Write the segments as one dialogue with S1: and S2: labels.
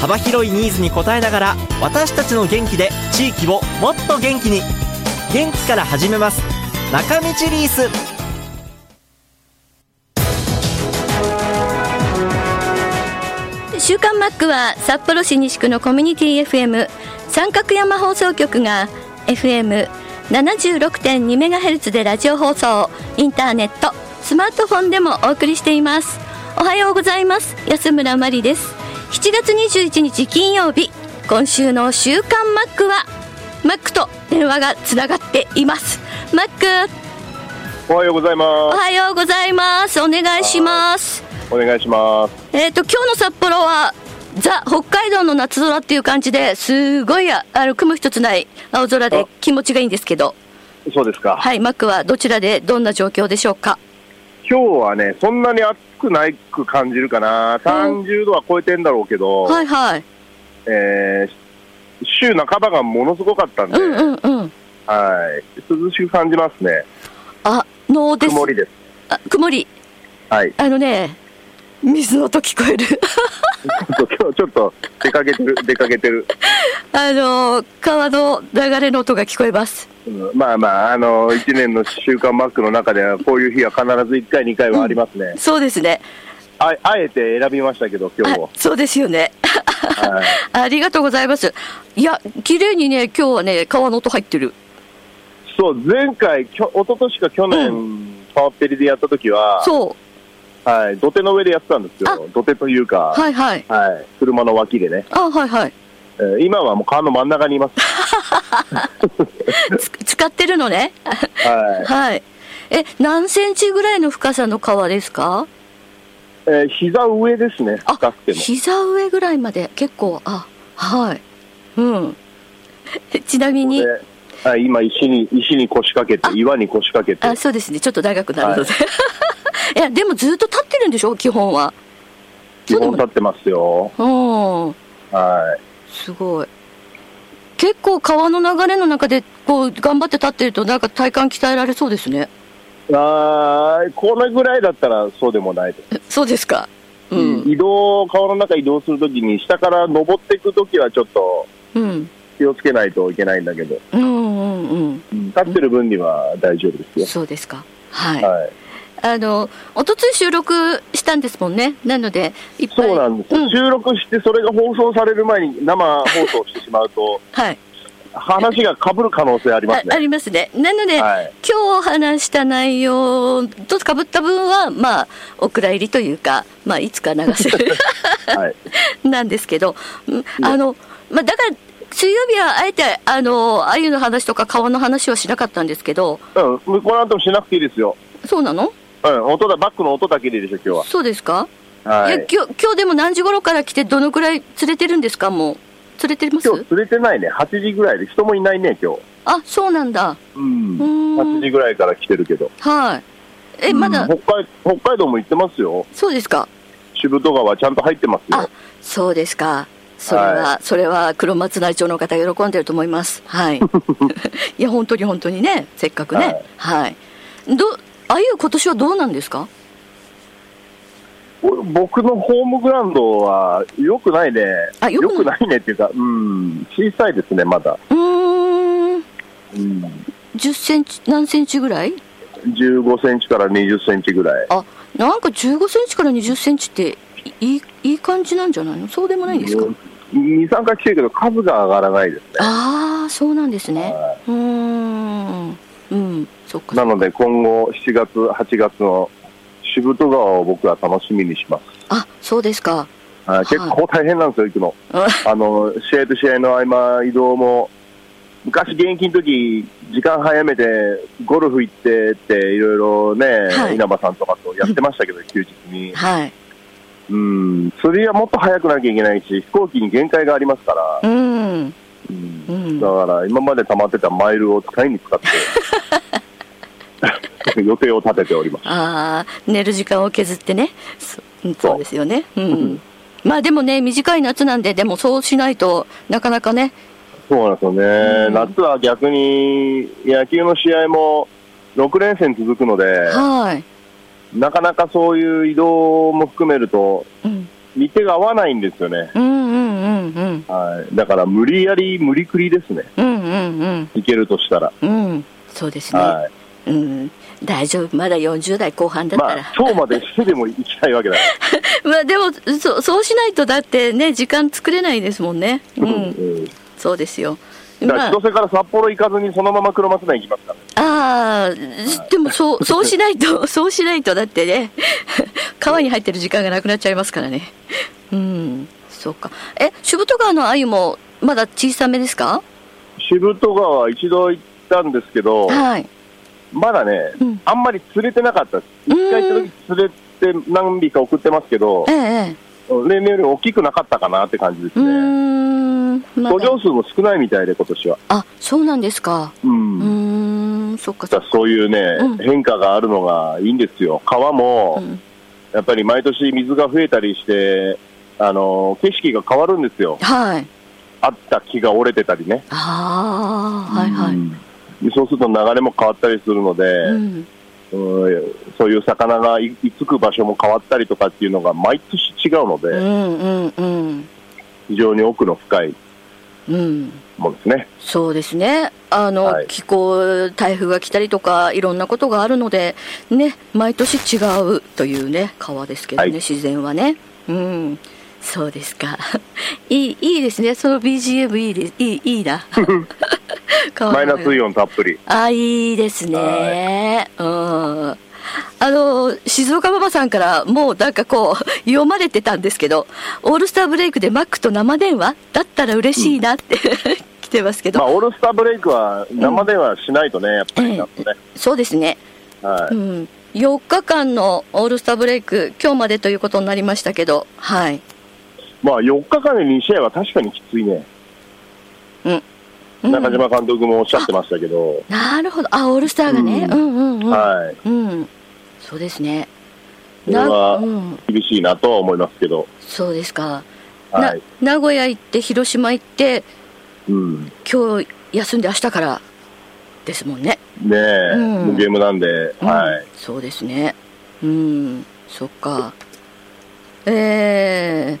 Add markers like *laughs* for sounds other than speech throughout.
S1: 幅広いニーズに応えながら私たちの元気で地域をもっと元気に元気から始めます中道リース
S2: 週刊マックは札幌市西区のコミュニティ FM 三角山放送局が FM76.2 メガヘルツでラジオ放送インターネットスマートフォンでもお送りしていますおはようございます安村真理です7月21日金曜日今週の週刊マックはマックと電話がつながっていますマック
S3: おはようござい
S2: お
S3: ま
S2: はようございますお願いします
S3: す。お願いします。
S2: えっ、と今日の札幌はザ北海道の夏空っていう感じですごいああの雲一つない青空で
S3: あ
S2: 気持ちがいいんですけど、
S3: そうですか。
S2: はい、マックはどちらでどんな状況でしょうか。
S3: 今日はね、そんなに暑くないく感じるかな。30度は超えてんだろうけど、
S2: はいはい、
S3: えー週半ばがものすごかったんで、
S2: うんうんうん。
S3: はい、涼しく感じますね。
S2: あのです。
S3: 曇りです。
S2: あ曇り。 *laughs*
S3: はい。
S2: あのね、水の音聞こえる。 *laughs*
S3: ちょっと今日ちょっと出かけてる、出かけてる。
S2: あの川の流れの音が聞こえます。
S3: うんまあまあ、あの、一年の週間マックの中では、こういう日は必ず1回、2回はありますね。
S2: そうですね。
S3: ああえて選びましたけど、今
S2: あ
S3: 日も。
S2: そうですよね。 *laughs*
S3: はい
S2: ありがとうございます。いや綺麗にね今日はね川の音入ってる。
S3: そう、前回、きょ一昨年か去年、パワーペリでやった時は、
S2: そう
S3: はい、土手の上でやってたんです
S2: あ
S3: よ。土手というか、
S2: はいはい。
S3: はい、車の脇でね、
S2: あはいはい。
S3: えー今はもう川の真ん中にいます。
S2: つ使ってるのね。
S3: はい。
S2: はい。え、何センチぐらいの深さの川ですか
S3: えー膝上ですね、深
S2: あ
S3: く、ても。
S2: 膝上ぐらいまで。結構、あ、はい。うん。えちなみに、
S3: ではい、今石に、石に腰掛けて、岩に腰掛けて
S2: あ、、そうですね。ちょっと長くなるので。 *laughs* い、や、でもずっと立ってるんでしょ基本は。
S3: 基本立ってますよ。
S2: うん。
S3: はい。
S2: すごい。結構川の流れの中で、こう、頑張って立ってると、なんか体幹鍛えられそうですね。
S3: あーこれぐらいだったらそうでもないです。
S2: えそうですか。うん。
S3: 移動、川の中移動するときに、下から登っていくときはちょっと
S2: うん。
S3: 気をつけないといけないんだけど、
S2: うんうんうん。
S3: 立ってる分には大丈夫ですよ。
S2: そうですか。
S3: はい。
S2: あの一昨日収録したんですもんね、なので、いっぱい
S3: そうなんです、
S2: うん
S3: 収録して、それが放送される前に生放送してしまう
S2: *laughs*
S3: と、
S2: はい
S3: 話がかぶる可能性ありま
S2: あ
S3: す
S2: あ
S3: ね。
S2: りますね、なので、
S3: はい、
S2: 今日話した内容とかぶった分は、まあ、お蔵入りというか、まあ、いつか流せ
S3: *laughs*
S2: る
S3: はい、
S2: なんですけど、うんあのまあ、だから、水曜日はあえて、あの鮎の話とか川の話はしなかったんですけど、
S3: うん、向こうなんともしなくていいですよ。
S2: そうなの
S3: うん、音だ、バックの音だけでいいでしょ、今日
S2: そうですか、、
S3: は。はい
S2: や
S3: い。
S2: 今日今日でも何時頃から来て、どのくらい釣れてるんですか、もう、釣れてます
S3: 今日釣れてないね、8時ぐらいで、人もいないね、今日。
S2: あそうなんだ、
S3: うん
S2: うーん
S3: 8時ぐらいから来てるけど。
S2: はい。え、まだ
S3: うん北海、北海道も行ってますよ。
S2: そうですか。
S3: しぶと川ちゃんと入ってます
S2: あ
S3: よ。、
S2: そうですか。それは、
S3: は
S2: それは黒松内町の方喜んでると思います。はい。いや本当に本当にね、せっかくね。はい。どあゆ今年はどうなんですか。
S3: お僕のホームグラウンドは良くないね。
S2: あ良
S3: 良
S2: く
S3: く
S2: な
S3: ないねっていうか、うん、小さいですね、まだ。
S2: うーん、
S3: うん
S2: 十センチ何センチぐらい？
S3: 15センチから20センチぐらい。
S2: あ、なんか十五センチから二十センチっていいいい感じなんじゃないの？そうでもないんですか。
S3: 2、3回来てるけど、数が上がらないですね。
S2: ああ、そうなんですね。うーん、うん、そっか。
S3: なので、今後、7月、8月のしぶと川を僕は楽しみにします。
S2: あ、そうですか。 *laughs*
S3: はい
S2: い
S3: 結構大変なんですよ、行くの
S2: あ。
S3: あの、試合と試合の合間、移動も、昔、現役の時時間早めて、ゴルフ行ってって、いろいろね、
S2: はい
S3: 稲葉さんとかとやってましたけど、休日に。
S2: はい。
S3: うん、それはもっと早くなきゃいけないし、飛行機に限界がありますから、
S2: うん。
S3: うん
S2: うん
S3: だから今まで溜まってたマイルを使いに使っ
S2: *laughs*
S3: て、予定を立てております。
S2: ああ、寝る時間を削ってね。そそうですよね。うん。まあでもね、短い夏なんで、でもそうしないとなかなかね。
S3: そうなんですよね、
S2: うん
S3: 夏は逆に野球の試合も6連戦続くので、
S2: はい。
S3: なかなかそういう移動も含めると、
S2: うん。
S3: 日程が合わないんですよね、
S2: うんうんうんうん。
S3: はい、だから無理やり、無理くりですね、
S2: うんうん
S3: 行けるとしたら、
S2: うん。うん。そうですね。
S3: は
S2: うん。大丈夫。まだ40代後半
S3: い
S2: だった
S3: ま
S2: ら。
S3: あ、今日までしてでも行きたいわけだか
S2: *laughs* まあでもそそうしないとだってね時間作れないですもんねう *laughs*
S3: ら、
S2: ん
S3: うん
S2: そうですよ
S3: だから
S2: まあ
S3: 千歳から札幌行かずに、そのまま黒松内行きますから、
S2: あーでもそうそうしないと *laughs* そうしないとだってね *laughs* 川に入ってる時間がなくなっちゃいますからねうんそうかえ渋戸川の鮎もまだ小さめですか
S3: 渋戸川、一度行ったんですけど、
S2: はい
S3: まだね、
S2: うん
S3: あんまり釣れてなかったです、
S2: うん
S3: 一回行った時釣れて何匹か送ってますけど
S2: え、ええ
S3: 例年より大きくなかったかなって感じで
S2: えう
S3: すね。
S2: ーんま
S3: 途
S2: だ
S3: 上数も少ないみたいで、今年は。
S2: あそうなんですか
S3: う。
S2: うんーんそっかそ
S3: だ
S2: っ
S3: か
S2: から
S3: そういうね、
S2: うん
S3: 変化があるのがいいんですよ。川も、
S2: うん
S3: やっぱり毎年水が増えたりして、あの、景色が変わるんですよ。
S2: はい
S3: あった木が折れてたりね。
S2: ああはいは
S3: う
S2: い
S3: んそうすると流れも変わったりするので、
S2: うん
S3: うんそういう魚がい居つく場所も変わったりとかっていうのが毎年違うので、
S2: うんうんうん
S3: 非常に奥の深い
S2: うん
S3: もんですね。
S2: そうですねあの、
S3: はい
S2: 気候台風が来たりとかいろんなことがあるのでね毎年違うというね川ですけどね、
S3: はい
S2: 自然はねうんそうですか *laughs* いいいいですねその BGM いいですいいいいな
S3: *laughs*
S2: 川の上
S3: マイナスイオンたっぷり。
S2: あいいですねうんあの静岡ママさんからもうなんかこう *laughs* 読まれてたんですけど「オールスターブレイクでマックと生電話だったら嬉しいな」って *laughs* 来てますけど、
S3: まあ、オールスターブレイクは生ではしないとね、やっぱりなんかね、
S2: そうですね、
S3: は
S2: う
S3: い、
S2: ん、4日間のオールスターブレイク、今日までということになりましたけど、はい、
S3: まあ4日間で2試合は確かにきついね、
S2: うん
S3: 中島監督もおっしゃってましたけど、
S2: なるほど、あオールスターがね、う
S3: うん
S2: うんうん、
S3: はい、
S2: うん、そうですね、
S3: これは
S2: うん、
S3: 厳しいなとは思いますけど、
S2: そうですか、
S3: はい
S2: な、名古屋行って、広島行って、
S3: うん、ね
S2: 今日休んで、明日からですもんね、
S3: え、
S2: うん
S3: ゲームなんで、
S2: うん
S3: はい、
S2: そうですね、うん、そっか、えー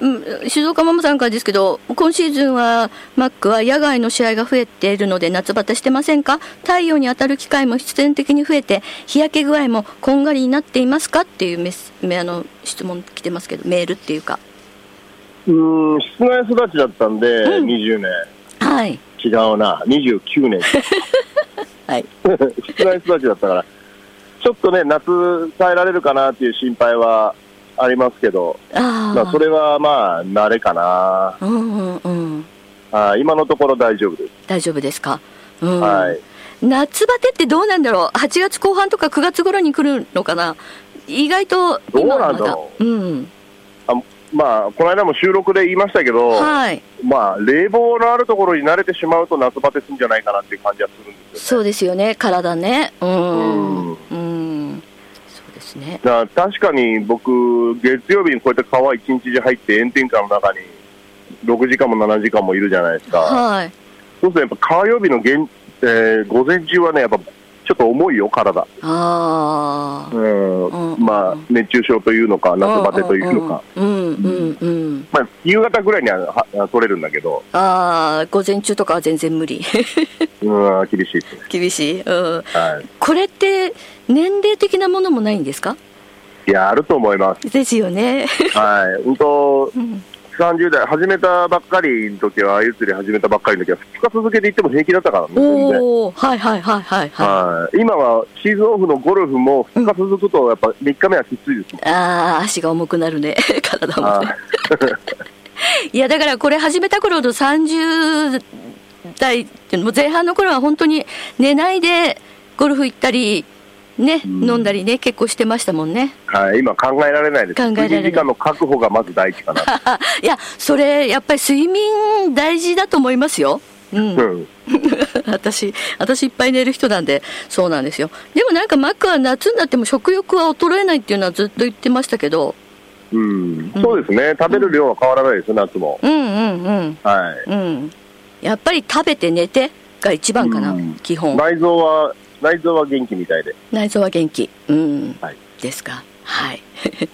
S2: うん静岡ママさんからですけど、今シーズンはマックは野外の試合が増えているので、夏バテしてませんか、太陽に当たる機会も必然的に増えて、日焼け具合もこんがりになっていますかっていうメスめあの質問来てますけど、メールっていうか、
S3: うん、室内育ちだったんで、
S2: うん
S3: 20年、
S2: はい、
S3: 違うな、29年、 *laughs*
S2: はい、
S3: 室内育ちだったから、ちょっとね、夏耐えられるかなっていう心配はありますけど、
S2: あ
S3: まあ、それはまあ、慣れかな、
S2: あ、うんうんうん、
S3: はい今のところ大丈夫です。
S2: 大丈夫ですか。うん
S3: はい
S2: 夏バテってどうなんだろう8月後半とか9月頃に来るのかな意外と今はま
S3: どうなんだろ
S2: うん
S3: まあ、この間も収録で言いましたけど、
S2: はい
S3: まあ、冷房のあるところに慣れてしまうと夏バテするんじゃないかなっていう感じはするんですよ、ね。
S2: そうですよね体ねうん
S3: うん
S2: うんそうですね
S3: だから確かに僕、月曜日にこうやって川一日中入って炎天下の中に6時間も7時間もいるじゃないですか。
S2: はい
S3: そうするとやっぱ川曜日の現、えー午前中はね、やっぱちょっと重いよ、体。
S2: あ
S3: う
S2: あ
S3: ん。
S2: うん
S3: まあ、熱中症というのか、夏バテというのか。
S2: うんうんうん
S3: まあ、夕方ぐらいにはは取れるんだけど、
S2: ああ午前中とかは全然無理 *laughs*
S3: うん、厳しいですね。
S2: 厳しい、うん、
S3: は
S2: これって年齢的なものもないんですか
S3: い。いや、あると思います。
S2: ですよね
S3: はい、本当
S2: ん、
S3: 30代、始めたばっかりの時は、あゆ釣り始めたばっかりの時は、2日続けていっても平気だったからね、全然。
S2: おおはいはいはいはいはい
S3: はい、今はシーズンオフのゴルフも2日続くと、やっぱ3日目はきついですもん。
S2: ああ足が重くなるね *laughs* 体も
S3: はい
S2: ねいやだからこれ始めた頃の30代っていうのも前半の頃は本当に寝ないでゴルフ行ったりね、飲んだりね、結構してましたもんね。 *laughs*
S3: はい、今考えられないです。
S2: 考えられない
S3: 睡眠時間の確保がまず第一かな。
S2: いや、それ、やっぱり睡眠大事だと思いますよ。うん。
S3: うん。
S2: *laughs* 私、私いっぱい寝る人なんで、そうなんですよ。でもなんかマックは夏になっても食欲は衰えないっていうのはずっと言ってましたけど、
S3: うん。そうですね。食べる量は変わらないですよ、夏も。
S2: うんうんうん。
S3: はい。
S2: うん。やっぱり食べて寝てが一番かな、
S3: うん
S2: 基本。
S3: 内臓は、内臓は元気みたいで。
S2: 内臓は元気。うん。
S3: はい
S2: ですか。はい。 *laughs*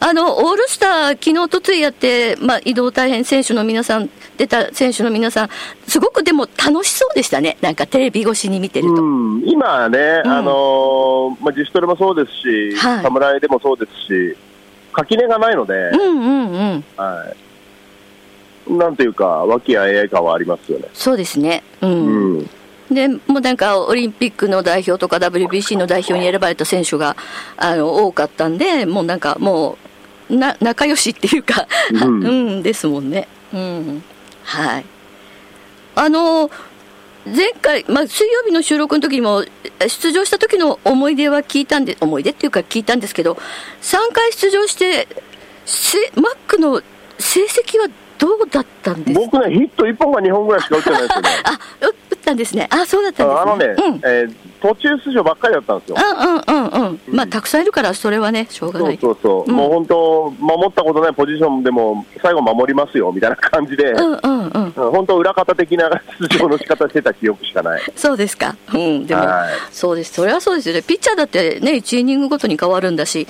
S2: あの、オールスター、昨日とついやって、まあ、移動大変選手の皆さん、出た選手の皆さん、すごくでも楽しそうでしたね。なんかテレビ越しに見てると。
S3: うん、今ね、
S2: うん
S3: あのーまあ、自主トレもそうですし、
S2: はい
S3: 侍でもそうですし、垣根がないので、
S2: うんうんうん。
S3: はい、なんていうか、和気あいあい感はありますよね。
S2: そうですね。うん。
S3: うん、
S2: で、もうなんかオリンピックの代表とか WBC の代表に選ばれた選手が、あの、多かったんで、もうなんかもう、な、仲良しっていうか、
S3: う
S2: *laughs*
S3: ん
S2: うん、ですもんね。うん。はい。あの、前回、まあ、水曜日の収録の時にも、え出場した時の思い出は聞いたんで、思い出っていうか聞いたんですけど、3回出場して、せマックの成績はどうだったんですか。
S3: 僕ね、ヒット1本か2本ぐらいしか打ってないですよね
S2: *laughs* あ、う打ったんですね。あ、そうだったんですね。
S3: あのね、
S2: うん
S3: えー途中出場ばっかりだったんですよ。
S2: うんうんうんうん。まあ、たくさんいるから、それはね、しょうが
S3: そ
S2: な
S3: う
S2: い。
S3: そうそう、
S2: うん
S3: もう本当、守ったことないポジションでも、最後守りますよみたいな感じで、
S2: うんうんうん。
S3: うん本当、裏方的な出場の仕方してた記憶しかない。
S2: そうですか。うん、でも
S3: はい、
S2: そうです。それはそうですよね。ピッチャーだってね、1イニングごとに変わるんだし、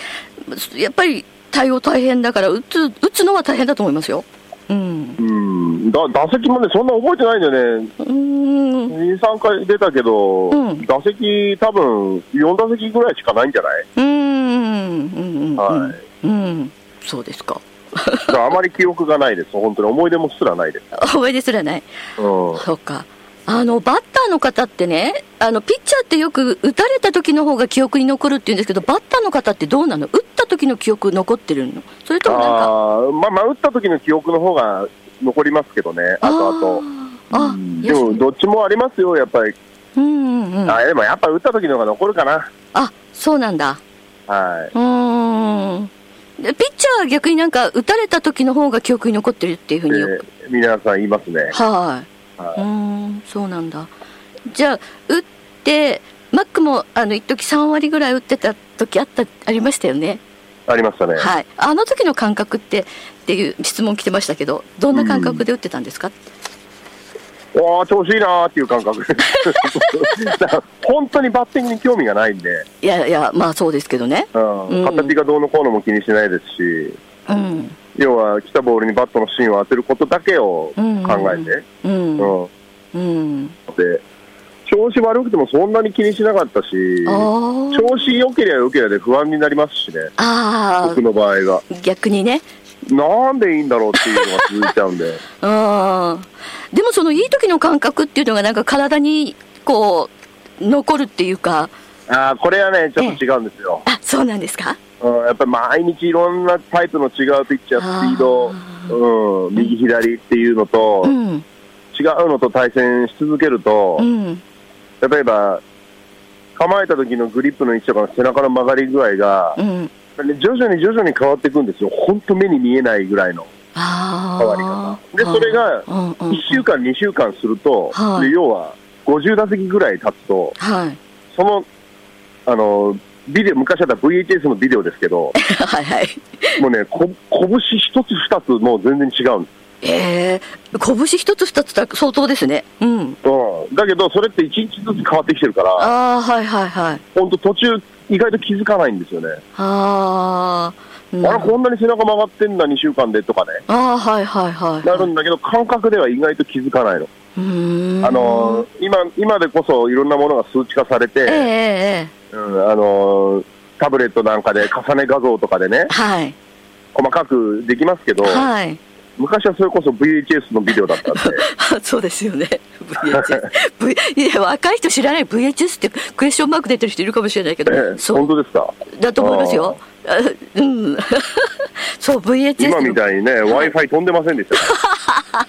S2: やっぱり対応大変だから、打つ、打つのは大変だと思いますよ。うん。
S3: うん、だ打席もね、そんな覚えてないんだよね、
S2: うーん。
S3: 2、3回出たけど、
S2: うん
S3: 打席、多分4打席ぐらいしかないんじゃない、
S2: うーん。うん。
S3: は
S2: うん。うん。そうですか。
S3: だからあまり記憶がないです、本当に思い出もすらないです。
S2: 覚えですらない。
S3: うん
S2: そうか。あの、バッターの方ってね、あの、ピッチャーってよく打たれた時の方が記憶に残るって言うんですけど、バッターの方ってどうなの打った時の記憶残ってるのそれともなんか、
S3: あーまあ、まあ打った時の記憶の方が残りますけどね、あとあと。
S2: あ
S3: う
S2: ー
S3: ん
S2: あ、
S3: で
S2: よ
S3: も
S2: し。
S3: どっちもありますよ、やっぱり、
S2: うんうんうん。
S3: あでもやっぱ打った時の方が残るかな、
S2: あ、そうなんだ。
S3: は
S2: うーん。でピッチャーは逆になんか、打たれた時の方が記憶に残ってるっていうふう
S3: い、
S2: に
S3: で
S2: よく。
S3: 皆さん言いますね、
S2: はい。
S3: は
S2: うーん、そうなんだ。じゃあ、打って、マックも、あの、一時3割ぐらい打ってた時あった、ありましたよね。
S3: ありましたね、
S2: はい、あの時の感覚ってっていう質問来てましたけどどんな感覚で打ってたんですか、
S3: わあ、調子いいなーっていう感覚 *laughs* だから本当にバッティングに興味がないんで、
S2: いやいやまあそうですけどね
S3: う
S2: うん
S3: ん、形がどうのこうのも気にしないですし、
S2: うん
S3: 要は来たボールにバットの芯を当てることだけを考えて、
S2: う
S3: うんん
S2: うん
S3: で調子悪くてもそんなに気にしなかったし、
S2: あー
S3: 調子良ければ良ければで不安になりますしね、
S2: あ
S3: 僕の場合が。
S2: ー逆にね
S3: なんでいいんだろうっていうのが続いちゃう
S2: *laughs*
S3: んで、
S2: うんでもそのいい時の感覚っていうのがなんか体にこう残るっていうか
S3: あーこれはね、ちょっと違うんですよ。
S2: あそうなんですか
S3: うん、やっぱり毎日いろんなタイプの違うピッチャー、スピード
S2: あ、
S3: うん、右、左っていうのと、
S2: うん
S3: 違うのと対戦し続けると、
S2: うん
S3: 例えば、構えた時のグリップの位置とかの背中の曲がり具合が
S2: う、ん
S3: 徐々に徐々に変わっていくんですよ、本当、目に見えないぐらいの
S2: ああ
S3: 変わり方。で、それが
S2: うんうんうん
S3: 1週間、2週間すると、
S2: はい
S3: で要は50打席ぐらい経つと、
S2: はい *laughs*
S3: その、あの、ビデオ、昔あった VHS のビデオですけど、
S2: *laughs* はいはい
S3: もうね、こ拳一つ二つもう全然違うんで
S2: ええ拳一つ二つだ相当ですね。うん。
S3: す。うん。だけど、それって1日ずつ変わってきてるから、
S2: ああ、はいはいはい。
S3: 本当途中、意外と気づかないんですよね。
S2: ああ、な
S3: あ
S2: る
S3: れ、
S2: ほど
S3: こんなに背中曲がってんだ、2週間でとかね。
S2: ああ、はいはいはい。
S3: なるんだけど、感覚では意外と気づかないの。
S2: うーん。
S3: あのー、今、今でこそいろんなものが数値化され
S2: えええ
S3: て、
S2: ええ
S3: うん、あのー、タブレットなんかで重ね画像とかでね
S2: え、はい。
S3: 細かくできますけど、
S2: はい。 *laughs*
S3: 昔はそれこそ VHS のビデオだったんで、
S2: そうですよね。VHS。v、いや、 *laughs* 若い人知らない VHS ってクエスチョンマーク出てる人いるかもしれないけ
S3: え
S2: ど、
S3: え
S2: そ
S3: 本
S2: う、
S3: 当ですか
S2: だと思いますよ。あうん。そう、VHS の。
S3: 今みたいにね、
S2: はい
S3: Wi-Fi 飛んでませんでしたね。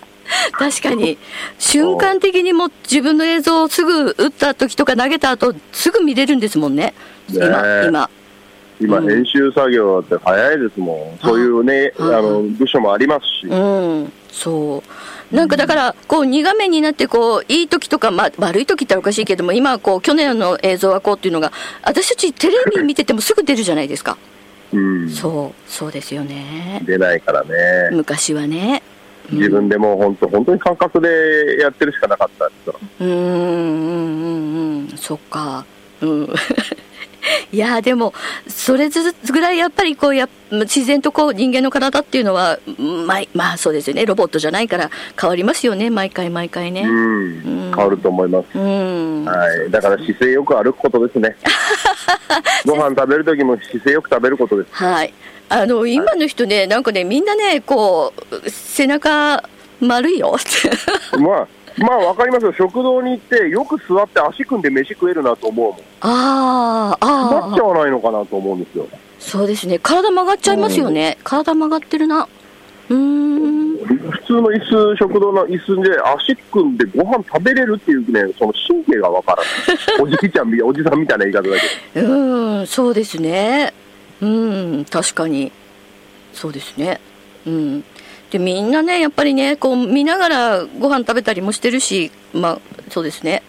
S2: 確かに。瞬間的にもう自分の映像をすぐ打った時とか投げた後、すぐ見れるんですもんね。今、
S3: ねえ
S2: 今。
S3: 今、
S2: うん
S3: 編集作業だって早いですもん。そういうね、あ
S2: うん
S3: の、部署もありますし。
S2: うん、そう。なんかだから、こう、2画面になって、こう、いい時とか、まあ、悪い時って言ったらおかしいけども、今はこう、去年の映像はこうっていうのが、私たちテレビ見ててもすぐ出るじゃないですか。
S3: うん。
S2: そう、そうですよね。
S3: 出ないからね。
S2: 昔はね。うん
S3: 自分でもう本当、本当に感覚でやってるしかなかったですから。
S2: うーんうんうんうんそっかうん *laughs* いやーでもそれずつぐらいやっぱりこうや自然とこう人間の体っていうのはままあそうですよねロボットじゃないから変わりますよね毎回毎回ね
S3: うん。変わると思います。
S2: うん
S3: はい、だから姿勢よく歩くことで
S2: *laughs*
S3: すね。ご飯食べるときも姿勢よく食べることです。
S2: はいあの今の人ねなんかねみんなねこう背中丸いよ *laughs* って
S3: まあ、まあ、わかりますよ。食堂に行って、よく座って足組んで飯食えるなと思うもん。
S2: あー
S3: なっ
S2: あ
S3: ちゃ
S2: あ
S3: わないのかなと思うんですよ。
S2: そうですね体曲がっちゃいますよね体曲がってるなうーん
S3: 普通の椅子、食堂の椅子で足組んでご飯食べれるっていうね、その神経がわからない。おじいちゃんみ、おじさんみたいな言い方だけ
S2: うん、そうですね。うん、確かに。そうですね。うん。で、みんなね、やっぱりね、こう、見ながらご飯食べたりもしてるし、まあ、そうですね。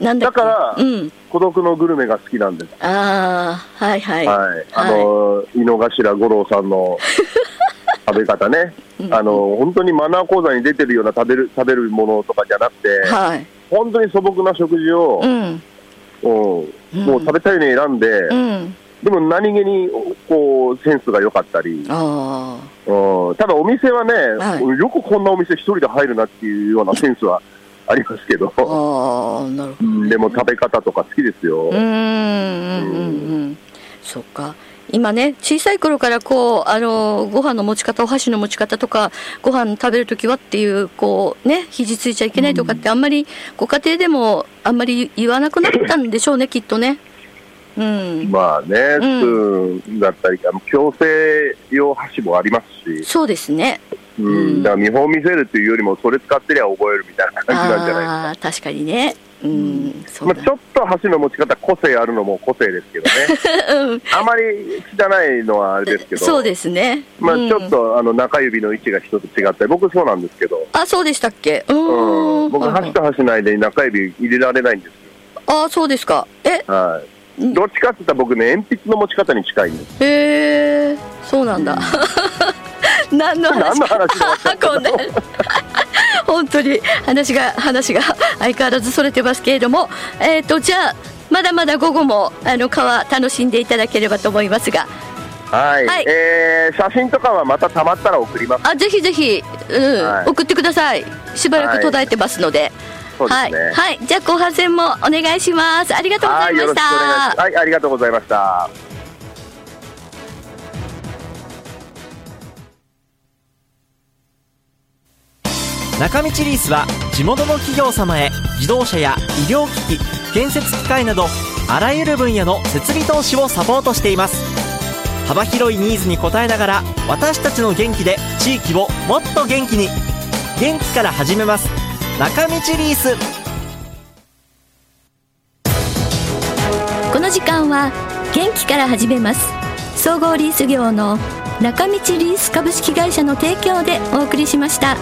S2: なんだっけ
S3: だから
S2: うん。
S3: ど、孤独のグルメが好きなんです。
S2: ああ、はいはい。
S3: はい。あの、井の頭五郎さん *laughs* の食べ方ね。あの、本当にマナー講座に出てるような食べる、食べるものとかじゃなくて、
S2: はい。
S3: 本当に素朴な食事を
S2: う、ん。
S3: うんもう食べたいの選んで、
S2: うん。
S3: でも何気に、こう、センスが良かったり、
S2: ああ。
S3: うんただお店はね、
S2: は
S3: よくこんなお店一人で入るなっていうようなセンスはありますけど、
S2: ああ、なるほど。
S3: でも食べ方とか好きですよ。
S2: うーんうんうんうんそっか今ね小さい頃からこうあのご飯の持ち方お箸の持ち方とかご飯食べる時はっていうこうね肘ついちゃいけないとかってあんまりご家庭でもあんまり言わなくなったんでしょうねきっとねうん
S3: まあね、スプーンだったり、あの矯正用箸もありますし、
S2: そうですね
S3: うん、だから見本見せるっていうよりも、それ使ってりゃ覚えるみたいな感じなんじゃない
S2: ああー確かにねうんそう
S3: ま
S2: だ
S3: あ、ちょっと箸の持ち方、個性あるのも個性ですけどね、 *laughs* あまり汚いのはあれですけど、
S2: そうですね
S3: まあ、
S2: うん
S3: ちょっとあの中指の位置が一つ違ったり、僕、そうなんですけど、
S2: あそうでしたっけう
S3: う
S2: ー
S3: ん
S2: ん
S3: 僕、
S2: はいは
S3: 箸
S2: い
S3: と箸の間に中指入れられないんですよ。
S2: あそうですかえ
S3: はい。どっちかって言ったら僕ね、鉛筆の持ち方に近いんです。
S2: へえそうなんだ *laughs* 何の話
S3: 何の話だ
S2: こん *laughs* な本当に話が話が相変わらずそれてますけれどもえっ、とじゃあまだまだ午後もあの川楽しんでいただければと思いますが
S3: はい。
S2: はい
S3: えー、写真とかはまた溜まったら送ります。
S2: あぜひぜひ、うん
S3: はい
S2: 送ってくださいしばらく途絶えてますので、
S3: そうです
S2: はい、
S3: ね。
S2: はい、じゃあ後半戦もお願いしますありがとうございま
S3: よ
S2: し
S3: ろしくお願いしま
S2: た
S3: す。はい、ありがとうございました。
S1: 中道リースは地元の企業様へ自動車や医療機器建設機械などあらゆる分野の設備投資をサポートしています幅広いニーズに応えながら私たちの元気で地域をもっと元気に元気から始めます中道リース
S2: この時間は元気から始めます総合リース業の中道リース株式会社の提供でお送りしました。